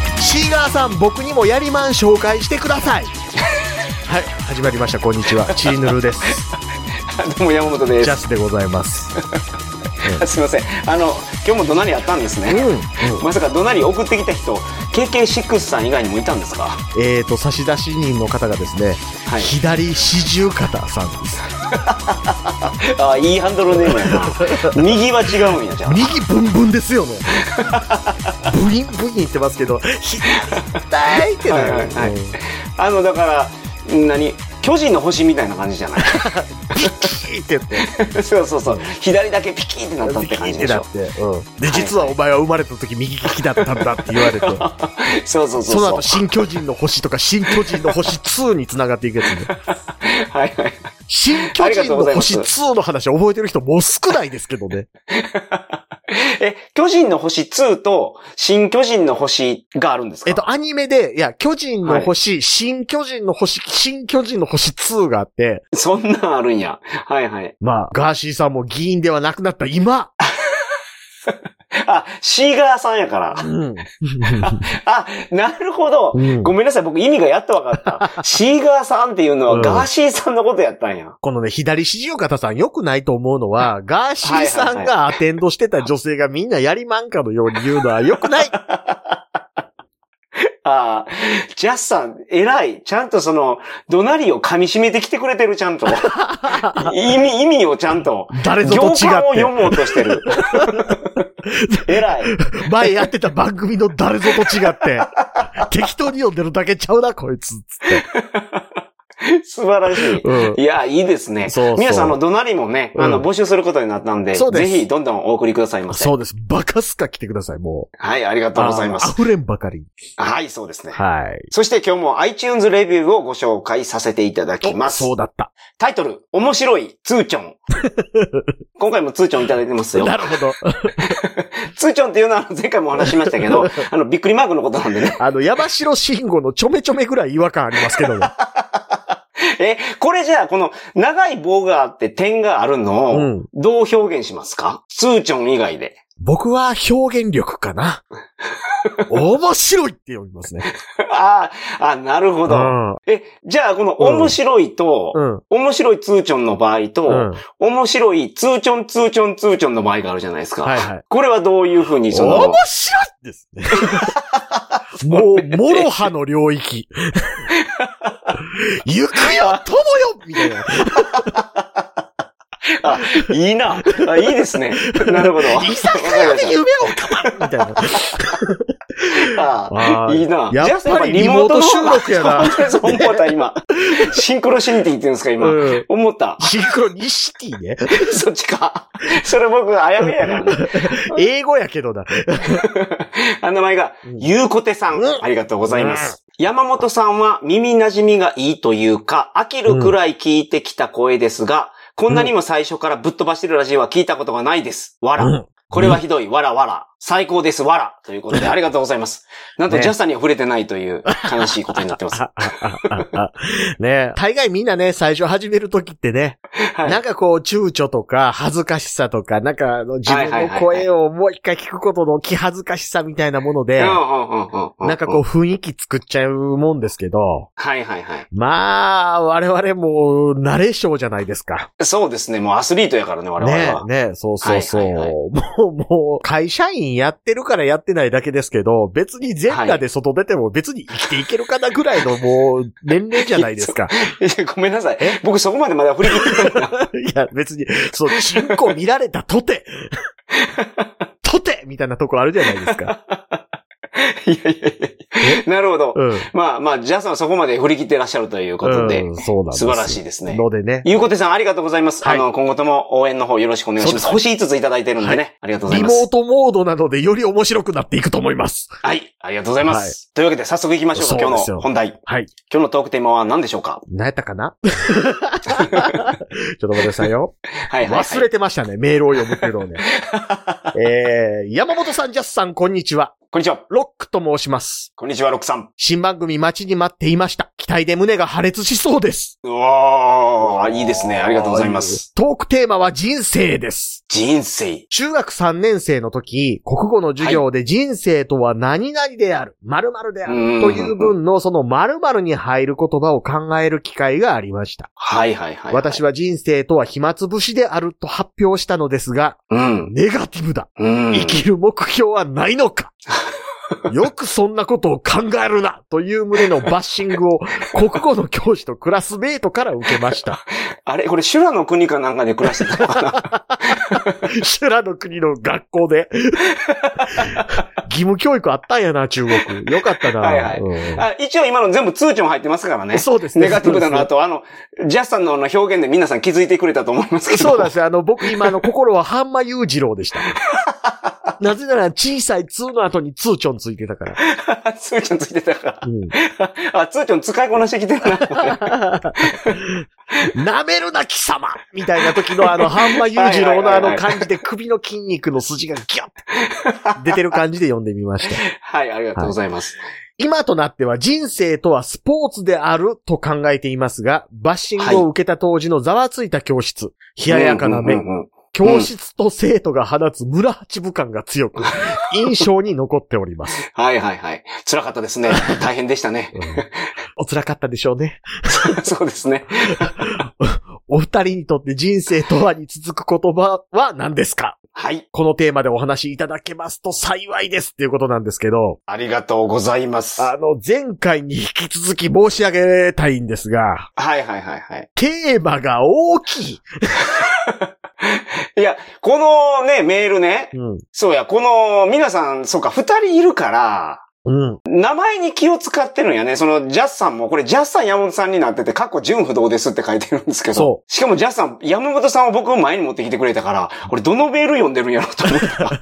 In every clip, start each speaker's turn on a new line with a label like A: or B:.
A: ーさん僕にもやりまん紹介してくだ さいはい始まりましたこんにちはチーヌルです
B: どうも山本で
A: ジャ
B: す。
A: スでございます
B: すいません。あの今日も怒鳴りあったんですね。
A: うんうん
B: まさか怒鳴り送ってきた人、KK6 さん以外にもいたんですか。
A: えーと差出人の方がですね、
B: はい
A: 左四十肩さんです
B: ああ、いいハンドルネームや な。右は違うんやじゃあ。
A: 右ブンブンですよねブインブイン言ってますけど左ってな
B: は
A: る
B: いはいはい
A: うん
B: あのだからん何巨人の星みたいな感じじゃない。
A: キーって言って
B: そうそうそう。左だけピキーってなったっ
A: ピ
B: て
A: キ
B: 感
A: ーっ
B: じ
A: て
B: でし
A: な
B: ょ
A: っ。て、うん、で実はお前は生まれた時右利きだったんだって言われて
B: そうそうそ
A: そうの
B: そ
A: 後
B: う。
A: 新巨人の星とか新巨人の星2に繋がっていくやつね
B: はいはい。
A: 新巨人の星2の話覚えてる人もう少ないですけどね。
B: え、巨人の星2と新巨人の星があるんですか。
A: えっと、アニメで、いや、巨人の星、新巨人の星、新巨人の星2があって、
B: そんなんあるんや。はいはい。
A: まあ、ガーシーさんも議員ではなくなった今、
B: あ、シーガーさんやから。
A: うん。
B: あ、なるほど。
A: うん
B: ごめんなさい、僕意味がやっとわ かった。シーガーさんっていうの
A: う
B: は
A: ん
B: ガーシーさんのことやったんや。
A: このね、左肘岡方さん良くないと思うのは、ガーシーさんがアテンドしてた女性がみんなやりまんかのように言うのは良くない
B: ああ、ジャスさん、偉い。ちゃんとその、怒鳴りを噛み締めてきてくれてる、ちゃ んと。意味、意味をちゃんと。
A: 誰ぞと違
B: 行間を
A: っ
B: 読もうとし てる。偉い。
A: て、 前やってた番組の誰ぞと違 って、適当に読んでるだけちゃうな、こいつ。
B: 素晴らしい。
A: うん。
B: いや、いいですね。
A: そうそう
B: 皆さん、あの、怒鳴りもね、あ
A: う
B: の、
A: ん
B: 募集することになったんで、
A: そうで
B: ぜ
A: す
B: ひ、どんどんお送りくださいませ。
A: そうです。バカすか来てください、もう。
B: はい、ありがとうございま
A: あの
B: す。
A: 溢れんばかり。
B: はい、そうですね。
A: はい。
B: そして今日も iTunes レビューをご紹介させていただきます。
A: そうだった。
B: タイトル、面白い、ツーチ ョン。今回もツーチョンいただいてますよ。
A: なるほど。
B: ツーチョンっていうのはあの前回もお話ししました けど、あの、びっくりマークのことなんでね。
A: あの、山城慎吾のちょめちょめぐらい違和感ありますけども。
B: え、これじゃあ、この長い棒があって点がある
A: う
B: のを、
A: ん。
B: どう表現しますか、ツーチョン以外で。
A: 僕は表現力かな。面白いって読みますね。
B: あーあ、なるほ
A: う
B: ど。
A: ん。
B: え、じゃあ、この面白いと、
A: うん。
B: 面白いツーチョンの場合と、
A: うん。
B: 面白いツーチョンツーチョンツーチョンの場合があるじゃないですか。
A: はいはい。
B: これはどういうふうにその
A: 面、白いです ね。もう、モロハの領 域。行くよ、友よみた いな。
B: あ、いいな。あ、いいですね。なるほ ど。
A: 居酒屋で夢を語るみたいな。
B: あ
A: あー
B: いいな。
A: やっぱり
B: ジャスさん
A: リモート収録やな
B: 本当に そう思った、今。シンクロシニティって言うんですか、今。
A: うん。
B: 思った。
A: シンクロニシティね。
B: そっちか。それ僕、あやめやからね。
A: 英語やけどな。
B: あの名前が
A: うん、
B: ゆうこてさん
A: うん。
B: ありがとうございます。山本さんは耳馴染みがいいというか、飽きるくらい聞いてきた声ですが、こんなにも最初からぶっ飛ばしてるラジオは聞いたことがないです。わら。
A: うん
B: これはひどい。わらわら。最高です。わら。ということで、ありがとうございます。なんと、
A: ね
B: ジャスさんには触れてないという悲しいことになってます。は
A: ああああねえ大概みんなね、最初始めるときってね、なん
B: い。
A: かこう、躊躇とか、恥ずかしさとか、なんかあの自分の声をもう一回聞くことの気恥ずかしさみたいなもの
B: う
A: で
B: んう、んうんうんうん
A: なんかこう、雰囲気作っちゃうもんですけど、
B: はいはいはい。
A: まあ、我々も、慣れ性じゃないですか。
B: そうですね。もうアスリートやからね、我々
A: ね
B: は。
A: え、ねえ、そうそうそう。
B: はいはいはい
A: もう、もう、会社員やってるからやってないだけですけど、別に全裸で外出ても別に生きていけるかなぐらいのもう、年齢じゃないですか。
B: いやごめんなさい。僕そこまでまだ振り切っ てないな。
A: いや、別に、そう、チンコ見られたと て、とてみたいなとこあるじゃないですか。
B: いやいやいやいやなるほど。
A: うん。
B: まあまあ、ジャスさんはそこまで振り切ってらっしゃるということで
A: う、ん、そうなんです
B: 素晴らしいですね。
A: のでね、
B: ゆうこてさん、ありがとうございます。
A: はい
B: あの、今後とも応援の方よろしくお願いします。
A: そう
B: 星5ついただいてるんでね。ありがとうござ
A: リ
B: いま
A: モー
B: す。
A: トモードなどでより面白くなっていくと思います。
B: はい、ありがとうございます。というわけで、早速行きましょうか、
A: そう
B: 今
A: で
B: 日
A: すよ
B: の本題。
A: はい。
B: 今日のトークテーマは何でしょうか
A: 何やったかな ちょっと待ってくださいよ。
B: はいはい、はい。
A: 忘れてましたね、メールを読むっていうのをね。えー、山本さん、ジャスさん、こんにちは。
B: こんにちは。
A: ロックと申します。
B: こんにちは、ロックさん。
A: 新番組待ちに待っていました。期待で胸が破裂しそうです。
B: うわー、いいですね。ありがとうございます。
A: トークテーマは人生です。
B: 人生。
A: 中学3年生の時、国語の授業で人生とは何々である、〇〇である、
B: うん
A: という文のその〇〇に入る言葉を考える機会がありました。
B: はいはいはい。
A: 私
B: は。
A: は人生とは暇つぶしであると発表したのですが、
B: うん。
A: ネガティブだ。
B: うん。
A: 生きる目標はないの かよくそんなことを考えるなという胸のバッシングを国語の教師とクラスメイトから受けました。
B: あれこれ、修羅の国かなんかで暮らしてた のかな
A: 修羅の国の学校 で。義務教育あったんやな、中国。よかったな。
B: はいはい
A: うん
B: あ一応今の全部通知も入ってますからね。
A: そうですね。
B: ネガティブだ
A: そうです
B: な
A: ね
B: と、あの、ジャスさんのあの表現で皆さん気づいてくれたと思いますけど。
A: そう なんですよ。あの、僕今、あの、心は半間裕次郎でした。なぜなら、小さい2の後にツーチョンついてたから。
B: ツーちゃんついてたか
A: うん
B: ら。 あ、ツーちゃん使いこなしてきてるな。
A: 舐めるな貴様みたいな時のあの、半間裕次郎の
B: は
A: あ
B: いはいはいはい
A: の感じで首の筋肉の筋がギュッ出てる感じで読んでみました。
B: はい、ありがとうございます。
A: 今となっては人生とはスポーツであると考えていますが、バッシングを受けた当時のざわついた教室、冷ややかな
B: うん
A: 目
B: う、んうん
A: 教室と生徒が放つ村八部感が強く、印象に残っており ます。
B: はいはいはい。辛かったですね。大変でしたね。
A: うんお辛かったでしょうね。
B: そうですね。
A: お二人にとって人生とはに続く言葉は何ですか
B: はい。
A: このテーマでお話しいただけますと幸いですっていうことなんですけど、
B: ありがとうございます。は
A: あの、前回に引き続き申し上げたいんですが、
B: いはいはいはい。
A: テーマが大きい。
B: いや、このね、メールね。
A: うん。
B: そうや、この、皆さん、そうか、二人いるから、
A: うん。
B: 名前に気を使ってるんやね。その、ジャスさんも、これ、ジャスさん山本さんになってて、過去純不動ですって書いてるんですけど。。
A: そう
B: しかも、ジャスさん、山本さんを僕を前に持ってきてくれたから、俺、どのメール読んでるんやろうと思った ら。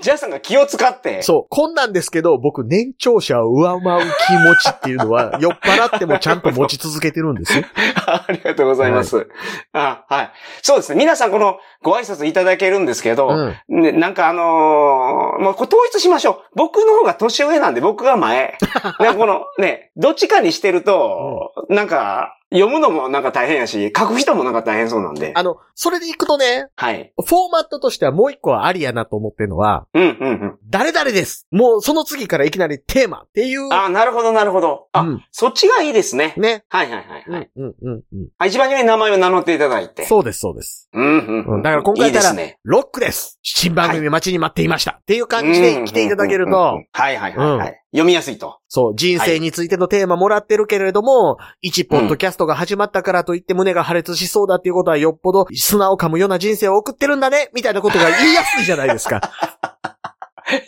B: ジャスさんが気を使って。
A: そう。こんなんですけど、僕、年長者を上回る気持ちっていうの は、酔っ払ってもちゃんと持ち続けてるんですよ。
B: ありがとうございます、あ。はい。そうですね。皆さん、この、ご挨拶いただけるんですけど、
A: うん。
B: ね、なんかあのー、もうこれ統一しましょう。僕の方が年上なんで僕 が前。なんかこのね、どっちかにしてると、なんか読むのもなんか大変やし、書く人もなんか大変そうなんで。
A: あの、それでいくとね、
B: はい。
A: フォーマットとしてはもう一個はありやなと思ってるのは、
B: うんうんうん。
A: 誰々ですもうその次からいきなりテーマっていう。
B: あーなるほどなるほど。あ、
A: うん
B: そっちがいいですね。
A: ね。
B: はいはいはい、
A: う
B: はい
A: ん、うん、うん、う
B: あ一番上に名前を名乗っていただいて。
A: ん。そうです、そうです。
B: うんうん、う。
A: うんんだから今回
B: いいで
A: から
B: すね。
A: ロックです新番組待ちに待っていました、っていう感じ
B: う
A: で
B: ん
A: 来ていただける
B: うんうんう
A: と
B: ん、はいはいはい、はい読みやすいと。
A: そう、人生についてのテーマもらってるけれども、一ポッドキャストが始まったからといって胸が破裂しそうだっていうことはよっぽど砂を噛むような人生を送ってるんだねみたいなこと が言いやすいじゃないですか。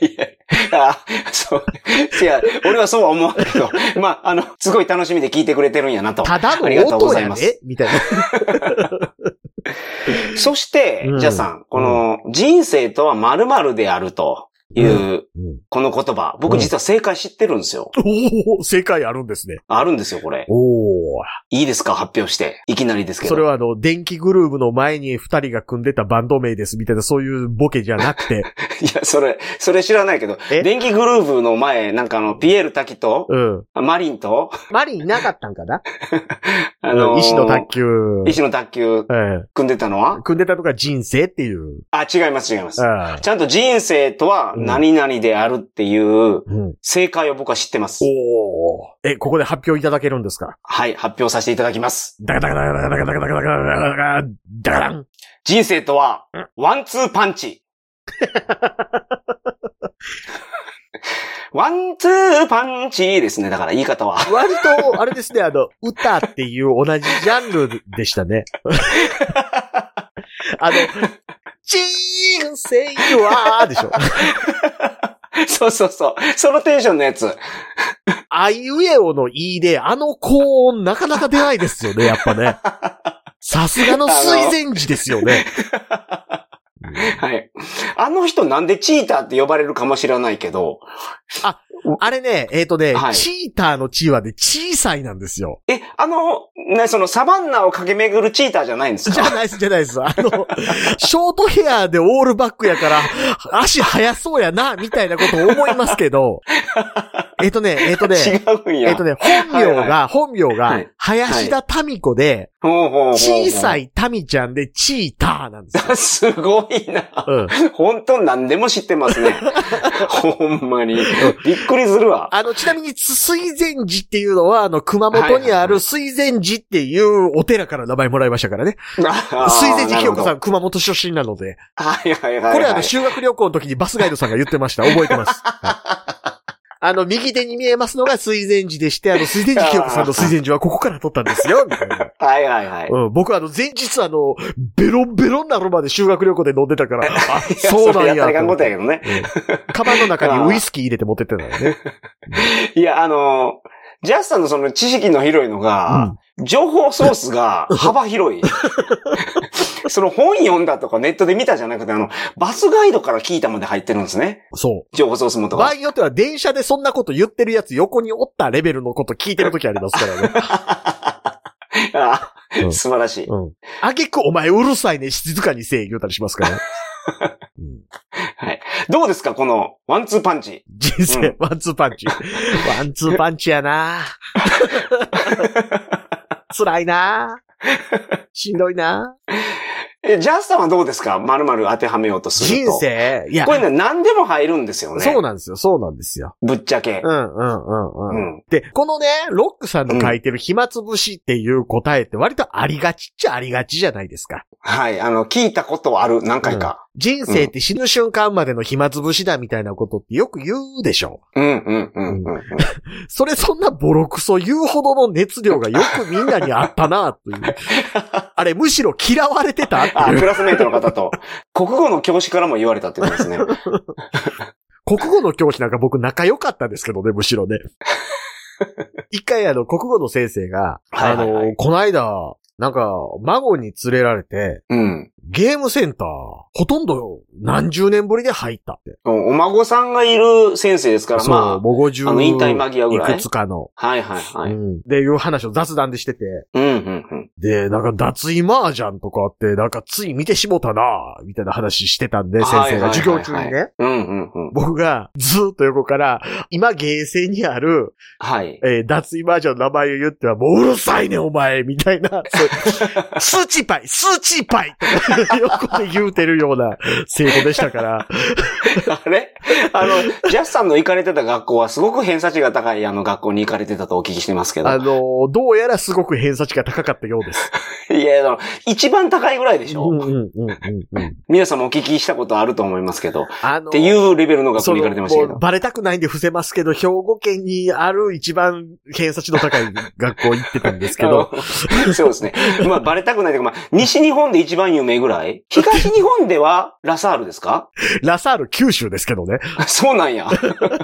B: いや、あそう。いや、俺はそうは思わんけ ど。まあ、あの、すごい楽しみで聞いてくれてるんやなと。
A: ただの
B: ありがとうご
A: 音
B: ざい
A: や
B: ま
A: ね
B: す
A: み たいな。
B: そして
A: う、ん
B: じゃあさん、この、人生とは〇〇であるという、
A: うん
B: この言葉、
A: う
B: 僕
A: ん
B: 実は正解知ってるんですよ。
A: おお正解あるんですね。
B: あるんですよ、これ。
A: おお
B: いいですか発表して。いきなりですけど。
A: それはあの、電気グルーブの前に二人が組んでたバンド名ですみたいなそういうボケじゃなく て、
B: いや、それ、それ知らないけど、
A: え
B: 電気グルーヴの前、なんかあの、ピエール滝と、
A: うん。
B: マリンと、
A: マリンいなかったんかな
B: あのー
A: 石の卓球。
B: 石の卓球
A: ええ
B: 組んでたのは
A: 組んでたとか人生っていう。
B: あ、違います、違います。
A: ああ
B: ちゃんと人生とは何々であるっていう
A: うん、
B: 正解を僕は知ってます。
A: おお。え、ここで発表いただけるんですか
B: はい、発表させていただきます。
A: ダカダカダカダカダカダカダカダカダカダカダン
B: 人生とは、ワンツーパ ンチ。ワンツーパンチですね。だから言い方は。
A: 割と、あれですね、あの、歌っていう同じジャンルでしたね。あの、人生は、でしょ。
B: そうそうそう。そのテンションのやつ。
A: あいうえおのいいで、あの高音なかなか出ないですよね、やっぱね。さすがの水前寺ですよね。
B: はい。あの人なんでチーターって呼ばれるかもしれないけど。
A: あれね、えっ、とね、
B: はい
A: チーターのチーはね、小さいなんですよ。
B: え、あの、ね、そのサバンナを駆け巡るチーターじゃないんです
A: じ
B: か
A: ゃないです、じゃないです。あの、ショートヘアでオールバックやから、足速そうやな、みたいなことを思いますけど、えっとね、えっとね、
B: 違うんや。
A: えっとね、本名
B: はい
A: が、本名
B: は
A: が
B: い、
A: 林田民子で、
B: ほうほうほうほう
A: 小さ。い民ちゃんでチーターなんですよ。
B: すごいな。
A: うん。
B: 本当何でも知ってま すね。ほんまに。びっくりするわ。
A: あの、ちなみに、つ水前寺っていうのは、あの、熊本にある水前寺っていうお寺から名前もらいましたからね。水
B: 水
A: 前寺清子さ
B: ん。
A: ん、熊本出身なので。
B: はいはいはいはい。
A: これあの、修学旅行の時にバスガイドさんが言ってました。覚えて ます。あの、右手に見えますのが水前寺でして、 あの、水前寺清子さんの水前寺はここから撮ったんです よ、みたいな。
B: はいはいはい。
A: うん、僕あの、前日あの、ベロンベロンなるまで修学旅行で飲んでたから、 あ、そうなん
B: れ
A: や
B: やったら
A: と
B: いかん
A: 思
B: こ
A: っ
B: とや
A: て。
B: けどね。
A: うんカバンの中にウイスキー入れて持ってってたの ね。
B: いや、あの、ジャスさんのその知識の広いのが、情報ソース が幅広い。その本読んだとかネットで見たじゃなくて、あの、バスガイドから聞いたまで入ってるんですね。
A: そ
B: 情報ソースも
A: う。
B: と
A: 場合
B: か。
A: によっては電車でそんなこと言ってるやつ横におったレベルのこと聞いてる時ありますから ね。
B: あ
A: うん
B: 素晴らしい。
A: うん。あげくお前うるさいね、静かにせえ言うたりします から。うん
B: どうですかこの、ワンツーパンチ。
A: 人生、
B: うん
A: ワンツーパ ンチ。ワンツーパンチやな辛いなしんどいな
B: え、ジャスさんはどうですかまるまる当てはめようとする
A: 人
B: と。
A: 生いや
B: こ、れね、何でも入るんですよね。
A: そうなんですよ、そうなんですよ。
B: ぶっちゃけ
A: う。ん、うん、うん、
B: う
A: うん。
B: ん。
A: で、このね、ロックさんの書いてる暇つぶしっていう答えって割とありがちっちゃありがちじゃないですか。
B: はい。あの、聞いたことある、何回か。
A: 人生って死ぬ瞬間までの暇つぶしだみたいなことってよく言うでしょ。
B: うん、うん、うん、うん。
A: それそんなボロクソ言うほどの熱量がよくみんなにあったなという。あれ、むしろ嫌われてたって
B: あ、
A: いう
B: クラスメイトの方と、 国語の教師からも言われたってことです ね。
A: 国語の教師なんか僕仲良かったですけどね、むしろ ね。一回あの、国語の先生が、
B: はいはいはい
A: あの、この間、なんか、孫に連れられて、
B: うん。
A: ゲームセンター、ほとんど何十年ぶりで入ったって。
B: おお孫さんがいる先生ですから、
A: そう、
B: ま
A: もう50
B: あの引退間際ぐらい
A: いくつかの。
B: あ。はいはいはい。
A: うん。で、いう話を雑談でしてて、
B: うん、うん、うん。
A: で、なんか脱衣麻雀とかあって、なんかつい見てしもたなぁみたいな話してたんで、先生が授業中に
B: はいはいはい
A: ね。
B: うん、うん、うん。
A: 僕がずーっと横から、今芸生にある、
B: はい。
A: えー脱衣麻雀の名前を言っては、もううるさいねお前みたいな、そう スーチーパイスーチーパイとか横で言うてるような生徒でした から、
B: あれあの、ジャスさんの行かれてた学校はすごく偏差値が高いあの学校に行かれてたとお聞きしてますけど。
A: あ
B: い
A: のーどうやらすごく偏差値が高かったようです。
B: や、あの一番高いぐらいでしょ、
A: うんうんうんうんうん。
B: 皆さんもお聞きしたことあると思いますけど。
A: あのー
B: っていうレベルの学校
A: そ
B: に行かれてましたけ
A: の、もう
B: ど。
A: バレたくないんで伏せますけど、兵庫県にある一番偏差値の高い 学校行ってたんですけど、
B: あの そうですね。まあ、バレたくないというか、まあ、西日本で一番有名ぐらい東日本ではラサールですか
A: ラサール九州ですけどね。
B: そうなんや。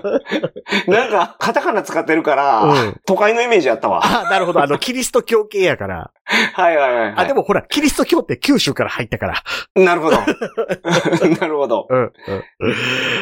B: なんか、カタカナ使ってるから、
A: うん
B: 都会のイメージあったわ。
A: あ、なるほど。あの、キリスト教系やから。
B: はいはいはい、は
A: あ、でもほら、キリスト教って九州から入ったから。
B: い。なるほど。 なるほど。
A: うん、うん。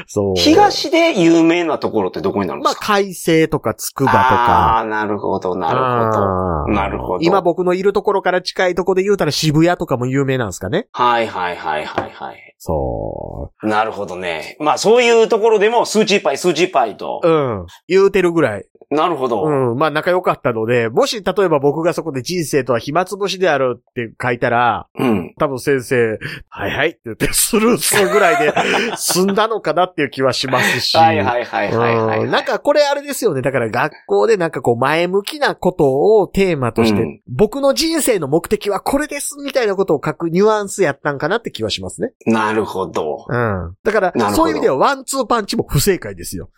A: そう。
B: 東で有名なところってどこになるんで
A: まあ、
B: すか、
A: 海星とかつくばと
B: あ
A: か。
B: あー、なるほど、なるほど。
A: あー
B: なるほど
A: 今僕のいるところから近いとこで言うたら渋谷とかも有名なんですかね。
B: はいはいはいはいはい。
A: そ
B: なるほどね。まあ、そういうところでも、スーチーパイ、スーチーパイと
A: う。。うん。言うてるぐらい。
B: なるほど。
A: うん、まあ仲良かったので、もし例えば僕がそこで人生とは暇つぶしであるって書いたら、
B: うん。
A: 多分先生、はいはいって言ってスルーするぐらいで済んだのかなっていう気はしますし。
B: はいはいはいはいはい、は
A: う
B: い。
A: んなんかこれあれですよね。だから学校でなんかこう前向きなことをテーマとして、
B: うん
A: 僕の人生の目的はこれですみたいなことを書くニュアンスやったんかなって気はしますね。
B: なるほど。
A: うん。だか
B: なるほ
A: ら
B: ど
A: そういう意味ではワンツーパンチも不正解ですよ。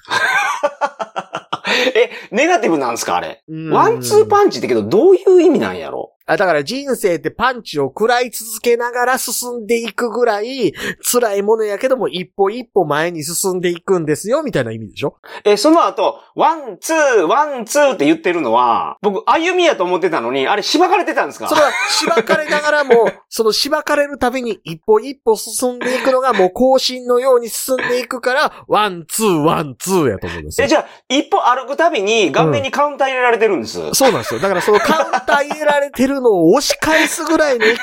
B: え、ネガティブなんですかあれ。
A: うん
B: ワンツーパンチってけど、どういう意味なんやろ
A: あだから人生ってパンチを食らい続けながら進んでいくぐらい、辛いものやけども一歩一歩前に進んでいくんですよ、みたいな意味でしょ
B: えーその後、ワン、ツー、ワン、ツーって言ってるのは、僕、歩みやと思ってたのに、あれ、しばかれてたんですか
A: それは、しばかれながらも、そのしばかれるたびに一歩一歩進んでいくのがもう更新のように進んでいくから、ワン、ツー、ワン、ツーやと思うんですよ
B: え、。じゃあ、一歩歩くたびに、顔面にカウンター入れられてるんです。
A: そうなんですよ。だからそのカウンター入れられてるのを押し返すぐらいの勢いで、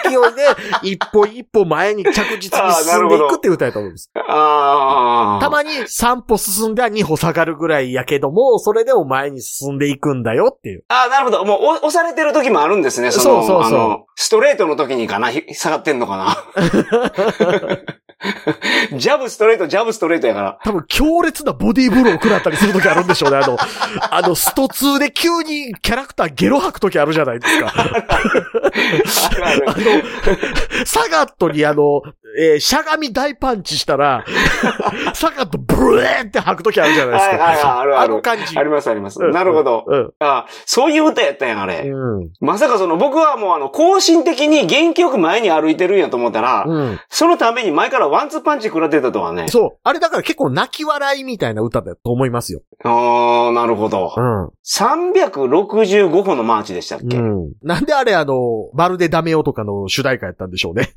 A: 一歩一歩前に着実に進んでいくっていう歌やと思うんです。
B: ああ。
A: たまに3歩進んでは2歩下がるぐらいやけども、それでも前に進んでいくんだよっていう。
B: ああ、なるほど。もう、お押されてる時もあるんですね。その、
A: そうそうそう
B: あの、ストレートの時にかな、ひ下がってん のかな。ジャブストレート、ジャブストレートやから。
A: 多分強烈なボディーブローを食らったりするときあるんでしょうね。あの、あの、スト2で急にキャラクターゲロ吐くときあるじゃないですか。
B: あるある
A: あの、サガットにあの、えーしゃがみ大パンチしたら、サガットブレーって吐くときあるじゃないです
B: はいはいはい
A: か。
B: あるある
A: の感じ。
B: ありますあります。
A: うん
B: なるほど。
A: うん。
B: あそういう歌やったんや、あれ。
A: うん。
B: まさかその、僕はもうあの、更新的に元気よく前に歩いてるんやと思ったら、
A: うん。
B: そのために前からワンツーパンチ食らってたとはね。
A: そう。あれだから結構泣き笑いみたいな歌だと思いますよ。
B: ああ、なるほど。
A: ん。
B: 365歩のマーチでしたっけ、
A: うん。なんであれあの、まるでダメよとかの主題歌やったんでしょうね。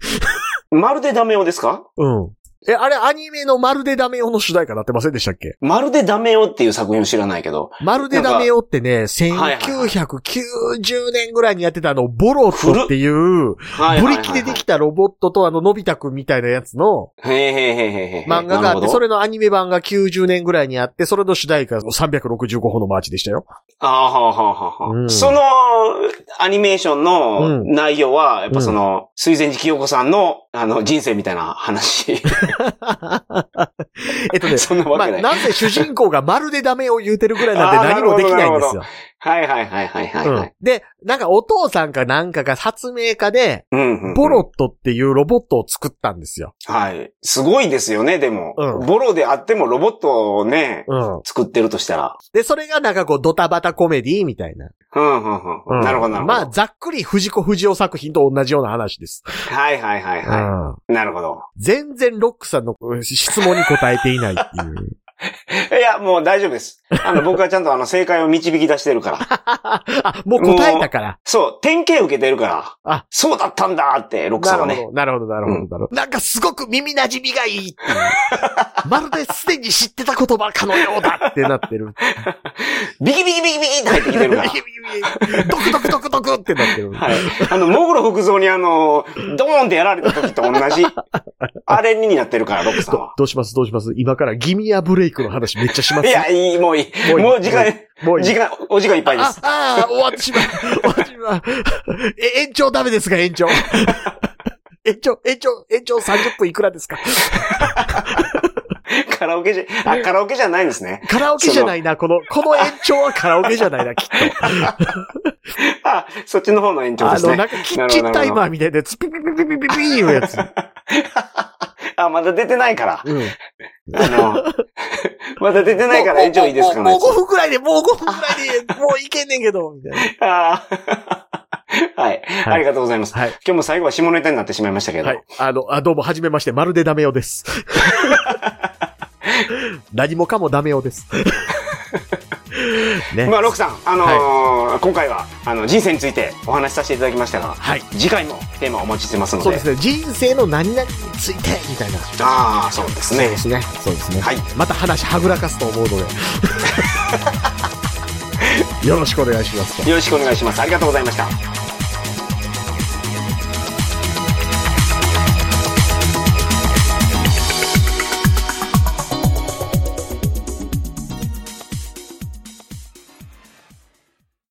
B: まるでダメよですか
A: うん。え、あれアニメのまるでダメよの主題歌なってませんでしたっけ
B: まるでダメよっていう作品を知らないけど、
A: まるでダメよってね、
B: はいはい
A: 1990年ぐらいにやってたあの、ボロットっていう、
B: はい
A: ブ
B: はい
A: リ
B: はい
A: キでできたロボットとあの、のび太くんみたいなやつの
B: へえへえへえへえ。
A: 漫画があ
B: な
A: って、
B: るほど
A: それのアニメ版が90年ぐらいにあって、それの主題歌365歩のマーチで したよ。
B: ああ、はあはあはあ、
A: うん
B: その、アニメーションの
A: うん
B: 内容は、やっぱその、水前寺清子さんの、あの、人生みたいな 話。、
A: えっとね
B: そんな
A: ま
B: わ
A: あ、
B: けない。
A: なんせ主人公がまるでダメを言うてるぐらいなんで
B: あー
A: 何もできないんですよ。
B: はいはいはいはいはいはい。
A: うんで、なんかお父さんかなんかが発明家で、
B: うんうんうん
A: ボロットっていうロボットを作ったんですよ。
B: はい。すごいですよね、でも。
A: うん
B: ボロであってもロボットをね、
A: うん。
B: 作ってるとしたら。
A: で、それがなんかこうドタバタコメディみたいな。
B: うん、うん、
A: う
B: うんん。なるほど、なるほど。
A: まあ、ざっくり藤子不二雄作品と同じような話です。
B: はいはいはいは
A: うん
B: い。なるほど。
A: 全然ロックさんのうん質問に答えていないって いう。
B: いや、もう大丈夫です。あの、僕はちゃんとあの、正解を導き出してるから。
A: あ、もう答えたから。
B: そう、典型受けてるから。
A: あ
B: そうだったんだって、ロック
A: な
B: さん
A: る
B: は
A: ほ
B: ね。
A: ど、なるほど、なるほど、
B: う
A: なるほど。なんかすごく耳馴染みがいいっていう。 まるですでに知ってた言葉かのようだってなって る。
B: ビキビキビキビキって入ってきてる から。
A: ドクドクドクドクってなってる。
B: はい。あの、モグロ福蔵にあの、ドーンってやられた時と同じ、あれになってるから、ロックさん
A: ど
B: は。
A: どうしますどうします今からギミアブレイクの話めっちゃしま
B: い
A: す
B: や、いい、もういい。
A: もういい
B: もう時間、
A: もういい
B: 時間、お時間いっぱいで
A: あ
B: す。、
A: あー、終わってしまう。終わってしまう。え、延長ダメですか延長。 延長、延長、延長30分いくらですか
B: カラオケじゃ、あ、カラオケじゃないんですね。
A: カラオケじゃないな、この、この延長はカラオケじゃないな、きっと。
B: あ、そっちの方の延長
A: あ
B: です
A: の、
B: ね。
A: なんかキッチンタイマーみたいなやつ、ピピピピピピピいうやつ。
B: あ、まだ出てないから。
A: うん。
B: あの、 まだ出てないから延長いいですか
A: も
B: ね
A: う。もうもう5分くらいで、もう5分くらいで、もういけんねんけど、みたいな。
B: あー はい。ありがとうございます。
A: はい
B: 今日も最後は下ネタになってしまいましたけど。
A: はい。あの、あ、どうも、はじめまして、まるでダメよです。 何もかもダメよ です。ね。
B: まあ、ロクさん、あのー今回は、あの、人生についてお話しさせていただきましたが、
A: はい。
B: 次回もテーマをお待ちしてますので。
A: そうですね。人生の何々について、みたいな。そ
B: ああ、そうですね。
A: うね。そうですね。
B: はい。
A: また話はぐらかすと思うの で。よろしくお願いしますと。
B: よろしくお願いします。ありがとうございました。